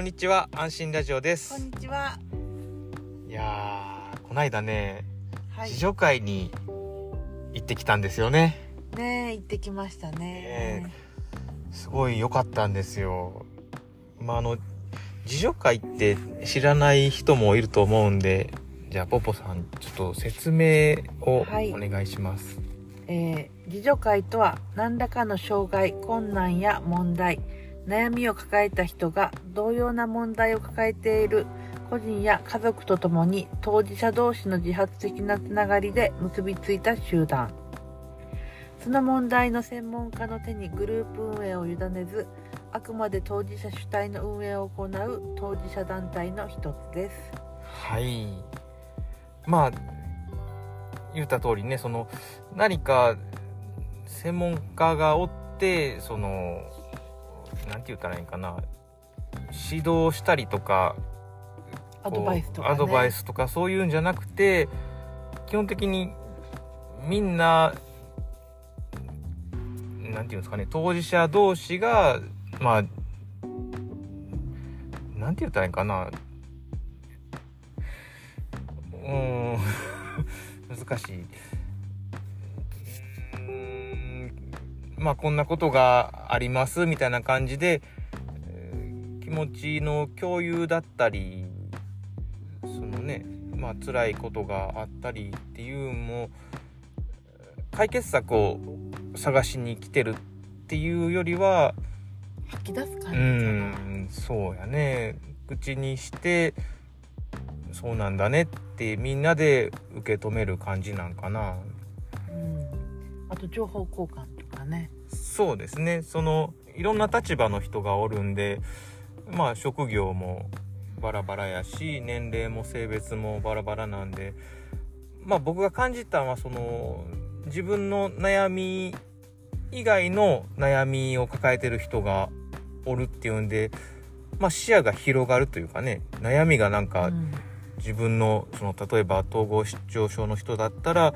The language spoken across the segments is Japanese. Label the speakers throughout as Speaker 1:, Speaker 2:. Speaker 1: んにちは安心ラジオで
Speaker 2: こん
Speaker 1: す
Speaker 2: にちは。
Speaker 1: いやーこないだね、
Speaker 2: はい
Speaker 1: 試。乗会に行ってきたんですよね
Speaker 2: ねえ、行ってきましたね
Speaker 1: ね。すごい良かったんですよまああの自助会って知らない人もいると思うんでじゃあポポさんちょっと説明をお
Speaker 2: はい
Speaker 1: 願いします、
Speaker 2: えー、自助会とは何らかの障害、困難や問題、悩みを抱えた人が同様な問題を抱えている個人や家族とともに当事者同士の自発的なつながりで結びついた集団。その問題の専門家の手にグループ運営を委ねず、あくまで当事者主体の運営を行う当事者団体の一つです。
Speaker 1: はいまあ言った通りねその何か専門家がおってそのなんて言ったらいいんかな指導したりとか
Speaker 2: アドバイスとか、
Speaker 1: こう
Speaker 2: ね。
Speaker 1: アドバイスとかそういうんじゃなくて基本的にみんななんていうんですかね当事者同士がまあなんて言ったらいいんかなうーん 難しいうーんまあこんなことがありますみたいな感じでえー気持ちの共有だったりそのねまあ辛いことがあったりっていうのも解決策を探しに来てるっていうよりは
Speaker 2: 吐き出す感じか
Speaker 1: う
Speaker 2: な。
Speaker 1: んそうやね口にしてそうなんだねってみんなで受け止める感じなんかな
Speaker 2: うんあと情報交換とかね。
Speaker 1: そうですねそのいろんな立場の人がおるんでまあ職業もバラバラやし年齢も性別もバラバラなんでまあ僕が感じたのはその自分の悩み以外の悩みを抱えてる人がおるっていうんで、まあ、視野が広がるというかね悩みがなんか
Speaker 2: うん
Speaker 1: 自分のその例えば統合失調症の人だったら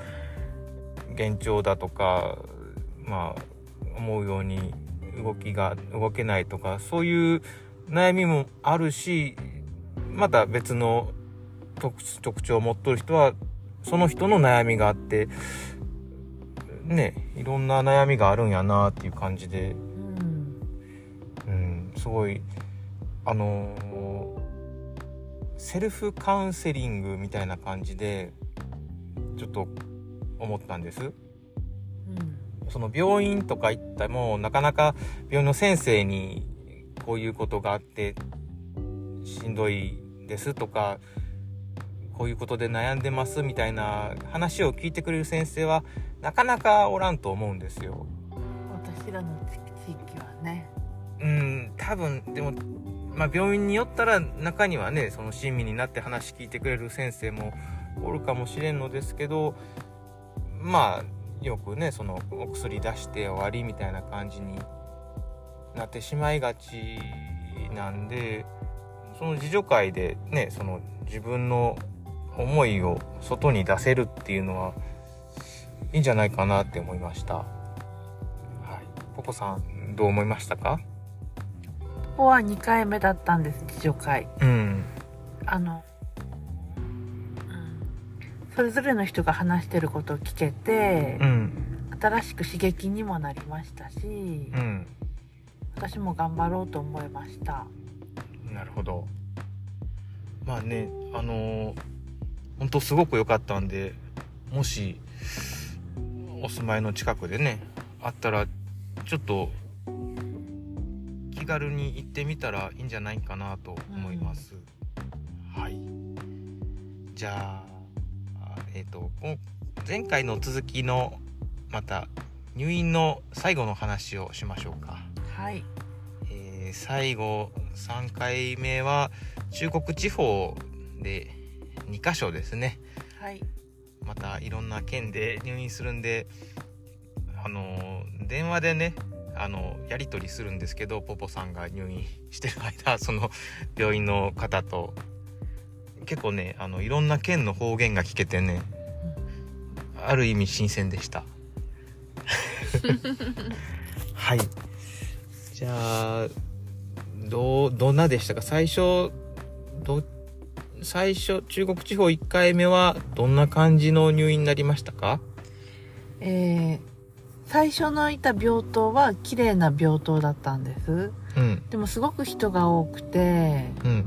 Speaker 1: 幻聴だとかまあ思うように動きが動けないとかそういう悩みもあるしまた別の特特徴を持っとる人はその人の悩みがあってねいろんな悩みがあるんやなっていう感じで
Speaker 2: うん
Speaker 1: うん、すごいあのーセルフカウンセリングみたいな感じでちょっと思ったんです
Speaker 2: うん
Speaker 1: その病院とか行ってもなかなか病院の先生にこういうことがあってしんどいですとかこういうことで悩んでますみたいな話を聞いてくれる先生はなかなかおらんと思うんですよ。
Speaker 2: 私らの地域はね。
Speaker 1: うん多分でも、まあ、病院によったら中にはねその親身になって話聞いてくれる先生もおるかもしれんのですけどまあよくねそのお薬出して終わりみたいな感じになってしまいがちなんでその自助会でねその自分の思いを外に出せるっていうのはいいんじゃないかなって思いました。はい、ポコさんどう思いましたか？
Speaker 2: ここは2回目だったんです、自助会。
Speaker 1: うん、
Speaker 2: あの、うんそれぞれの人が話してることを聞けて
Speaker 1: う、ん、
Speaker 2: 新しく刺激にもなりましたし、
Speaker 1: うん、
Speaker 2: 私も頑張ろうと思いました。
Speaker 1: なるほど。まあね、あのー、本当すごく良かったんで、もしお住まいの近くでね、あったらちょっと気軽に行ってみたらいいんじゃないかなと思います。はい。じゃあ、あえっ、とこん前回の続きのまた入院の最後の話をしましょうか。
Speaker 2: はい。
Speaker 1: えー最後3回目は中国地方で2カ所ですね
Speaker 2: はい。
Speaker 1: またいろんな県で入院するんであのー電話でねあのやり取りするんですけどポポさんが入院してる間 その病院の方と結構ねあのいろんな県の方言が聞けてねある意味新鮮でしたはいじゃあどうどんなでしたか最初ど最初中国地方1回目はどんな感じの入院になりましたか
Speaker 2: えー最初のいた病棟は綺麗な病棟だったんです
Speaker 1: うん
Speaker 2: でもすごく人が多くて
Speaker 1: うん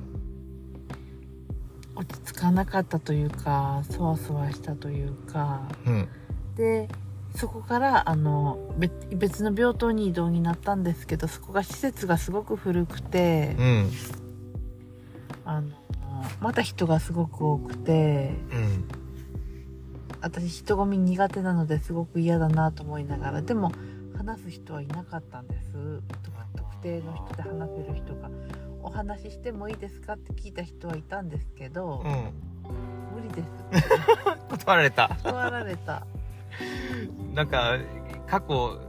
Speaker 2: 落ち着かなかったというかそわそわしたというか
Speaker 1: うん
Speaker 2: でそこからあの別別の病棟に移動になったんですけどそこが施設がすごく古くて
Speaker 1: うん
Speaker 2: あのまた人がすごく多くて
Speaker 1: うん
Speaker 2: 私人混み苦手なのですごく嫌だなと思いながらでも話す人はいなかったんですとか特定の人で話せる人がお話ししてもいいですかって聞いた人はいたんですけど、
Speaker 1: うん
Speaker 2: 無理ですって
Speaker 1: 断られた
Speaker 2: 断られた
Speaker 1: なんか過去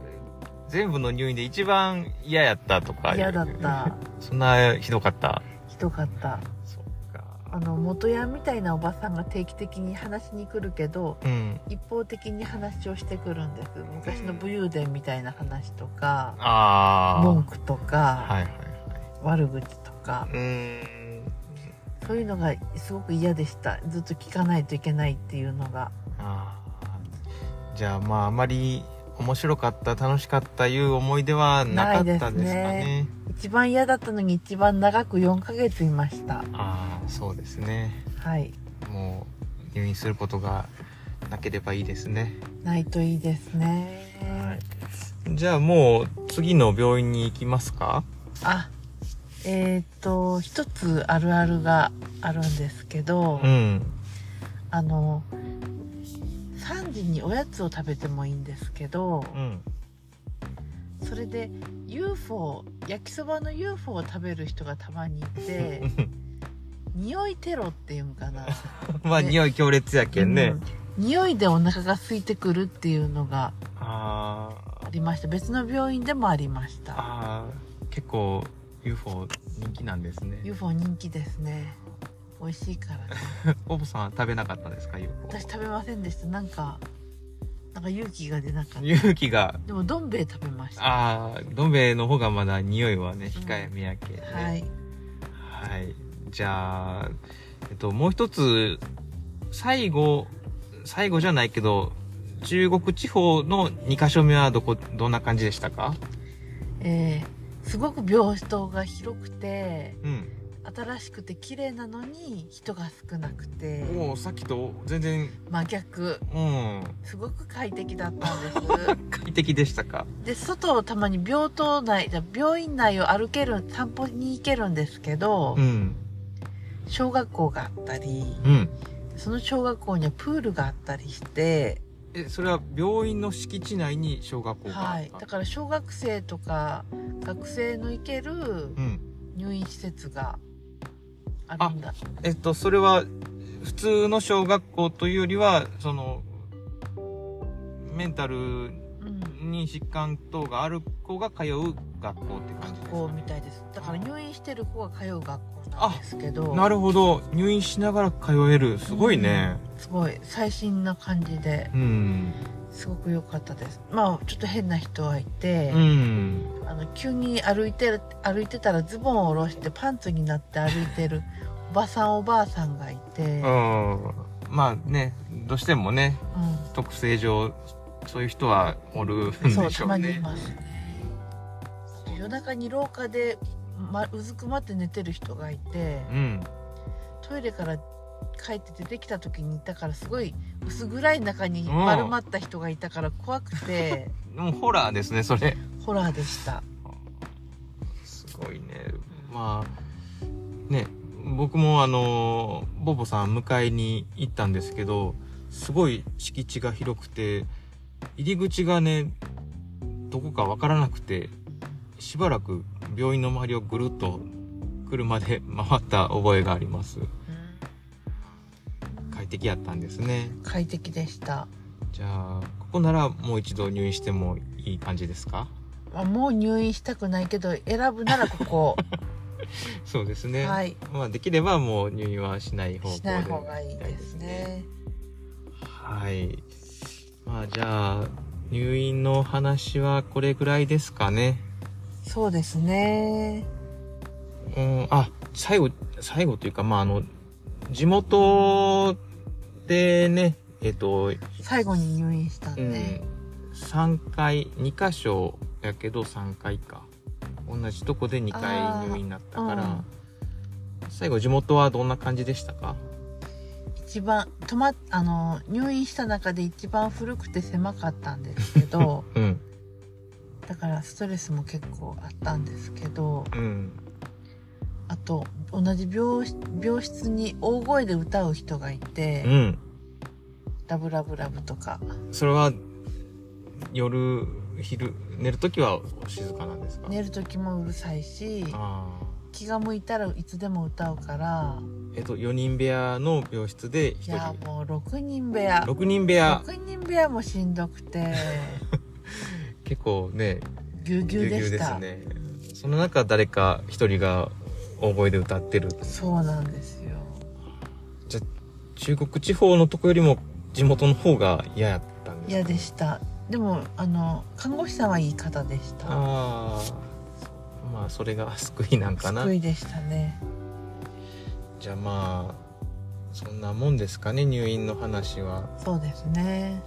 Speaker 1: 全部の入院で一番嫌やったとか
Speaker 2: 嫌だった
Speaker 1: そんなひどかった
Speaker 2: ひどかった
Speaker 1: そうか
Speaker 2: あの元ヤンみたいなおばさんが定期的に話しに来るけど
Speaker 1: うん
Speaker 2: 一方的に話をしてくるんです昔の武勇伝みたいな話とか
Speaker 1: ああ
Speaker 2: 文句とか
Speaker 1: はいはいはい
Speaker 2: 悪口とか
Speaker 1: うーん
Speaker 2: そういうのがすごく嫌でしたずっと聞かないといけないっていうのが
Speaker 1: あーじゃあまああまり面白かった楽しかったいう思い出はなかったですか
Speaker 2: ないです
Speaker 1: ね
Speaker 2: ね一番嫌だったのに一番長く4ヶ月いました
Speaker 1: ああそうですね
Speaker 2: はい
Speaker 1: もう入院することがなければいいですね、
Speaker 2: ないといいですね、
Speaker 1: い、じゃあもう次の病院に行きますか
Speaker 2: あえっ、と一つあるあるがあるんですけど、
Speaker 1: うん
Speaker 2: あの3時におやつを食べてもいいんですけど
Speaker 1: うん
Speaker 2: それで UFO 焼きそばの UFO を食べる人がたまにいて匂いテロっていうのかな
Speaker 1: まあ
Speaker 2: ね
Speaker 1: 匂い強烈やけんね、
Speaker 2: うん匂いでお腹が空いてくるっていうのが
Speaker 1: あ
Speaker 2: ありました別の病院でもありまし
Speaker 1: あ
Speaker 2: た
Speaker 1: あー結構 UFO 人気なんですね
Speaker 2: UFO 人気ですね美味しいからね
Speaker 1: ポポさんは食べなかったんですか UFO
Speaker 2: 私食べませんでしたなんかなんか勇気が出なかった
Speaker 1: 勇気が
Speaker 2: でもどん兵衛食べました
Speaker 1: ああどん兵衛の方がまだ匂いはね控えめやけ、ね
Speaker 2: はい
Speaker 1: はい、じゃあえっともう一つ最後最後じゃないけど中国地方の2か所目はどこどんな感じでしたか
Speaker 2: えーすごく病棟が広くて
Speaker 1: うん
Speaker 2: 新しくて綺麗なのに人が少なくて
Speaker 1: もうさっきと全然
Speaker 2: 真逆
Speaker 1: うん
Speaker 2: すごく快適だったん です
Speaker 1: 快適でしたか
Speaker 2: で外をたまに病棟内じゃ病院内を歩ける散歩に行けるんですけど、
Speaker 1: うん
Speaker 2: 小学校があったり
Speaker 1: うん
Speaker 2: その小学校にはプールがあったりして
Speaker 1: えそれは病院の敷地内に小学校があ
Speaker 2: は
Speaker 1: っ
Speaker 2: い
Speaker 1: た、、
Speaker 2: だから小学生とか学生の行ける
Speaker 1: うん
Speaker 2: 入院施設があるんだ
Speaker 1: えっとそれは普通の小学校というよりはそのメンタル
Speaker 2: うん
Speaker 1: に疾患等がある子が通う学校って感じです
Speaker 2: 学
Speaker 1: か、
Speaker 2: 校
Speaker 1: ね
Speaker 2: み、たいですだから入院してる子が通う学校なんですけど
Speaker 1: なるほど入院しながら通えるすごいね
Speaker 2: すごい最新な感じで
Speaker 1: うん
Speaker 2: すごく良かったですまあちょっと変な人はいて
Speaker 1: う、ん
Speaker 2: あの急に歩いてる歩いてたらズボンを下ろしてパンツになって歩いてる おばさんおばあさんがいて、うん
Speaker 1: うんまあねどうしてもね特性上そういう人はおるんでし
Speaker 2: そうた
Speaker 1: ょう
Speaker 2: まにい
Speaker 1: ね
Speaker 2: ますね夜中に廊下で、ま、うずくまって寝てる人がいて
Speaker 1: うん
Speaker 2: トイレから帰って出てきた時にいたからすごい薄暗い中に丸まった人がいたから怖くて、
Speaker 1: もうホラーですねそれ
Speaker 2: ホラーでした
Speaker 1: すごいねまあね僕もあのボボさん迎えに行ったんですけどすごい敷地が広くて入り口がねどこかわからなくてしばらく病院の周りをぐるっと車で回った覚えがあります快適やったんですね
Speaker 2: 快適でした
Speaker 1: じゃあここならもう一度入院してもいい感じですか
Speaker 2: まあもう入院したくないけど選ぶならこ こ
Speaker 1: そうですね
Speaker 2: はい
Speaker 1: まあ、できればもう入院はしない方向
Speaker 2: し
Speaker 1: で
Speaker 2: ない方がいいですね
Speaker 1: はい。まあじゃあ、入院の話はこれぐらいですかね。
Speaker 2: そうですね
Speaker 1: うん、あ、最後、最後というか、まあ、あの、地元でね、えっと、
Speaker 2: 最後に入院したん
Speaker 1: う
Speaker 2: で、
Speaker 1: ん、3回、2箇所やけど3回か。同じとこで2
Speaker 2: あ
Speaker 1: 回
Speaker 2: ー
Speaker 1: 入院になったから、最後地元はどんな感じでしたか
Speaker 2: 一番泊まあの入院した中で一番古くて狭かったんですけ ど
Speaker 1: うん、
Speaker 2: だからストレスも結構あったんですけど
Speaker 1: うん。
Speaker 2: あと同じ病室病室に大声で歌う人がいて
Speaker 1: うん。
Speaker 2: 「ラブラブラブ」とか
Speaker 1: それは、夜、昼、寝るときは静かなんですか
Speaker 2: 寝る時もうるさいし
Speaker 1: ああ。
Speaker 2: 気が向いたらいつでも歌うから
Speaker 1: えっと、4人部屋の病室で1
Speaker 2: いや
Speaker 1: 人。
Speaker 2: もう6人部屋
Speaker 1: 6人部屋、
Speaker 2: 6人部屋もしんど くて
Speaker 1: 結構ね、
Speaker 2: ぎゅう
Speaker 1: ぎ
Speaker 2: ぎゅ
Speaker 1: ゅ
Speaker 2: う
Speaker 1: うぎ
Speaker 2: で
Speaker 1: ゅう
Speaker 2: し
Speaker 1: で
Speaker 2: た
Speaker 1: すね。その中、誰か1人が大声で歌ってる。
Speaker 2: そうなんですよ
Speaker 1: 中国地方のとこよりも地元の方が嫌やったんですか
Speaker 2: 嫌でしたでもあの看護師さんはいい方でした
Speaker 1: ああ、まあ、それが救いなんかな
Speaker 2: 救。いでしたね
Speaker 1: じゃあまあ、そんなもんですかね、入院の話は。
Speaker 2: そうですね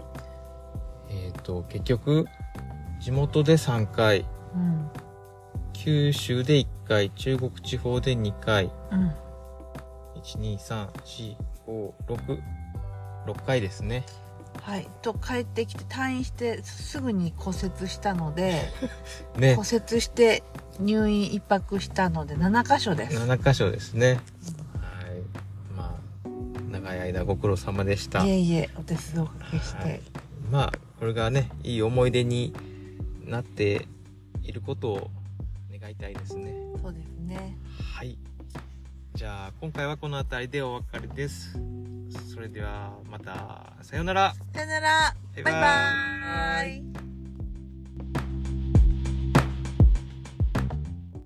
Speaker 1: えっ、と、結局、地元で3回、
Speaker 2: うん
Speaker 1: 九州で1回、中国地方で2回、
Speaker 2: うん
Speaker 1: 1,2,3,4,5,6,6回ですね。
Speaker 2: はいと帰ってきて退院してすぐに骨折したので
Speaker 1: ね。
Speaker 2: 骨折して入院一泊したので7箇所です
Speaker 1: 7箇所ですね。はい。まあ、長い間ご苦労様でした
Speaker 2: い。えいえお手数をおかけして、
Speaker 1: はいまあ、これがね、いい思い出になっていることを願いたいですね。
Speaker 2: そうですね
Speaker 1: はい。じゃあ、今回はこの辺りでお別れです。それでは、また、さようなら。
Speaker 2: さよなら
Speaker 1: バイバイ
Speaker 2: バイバーイ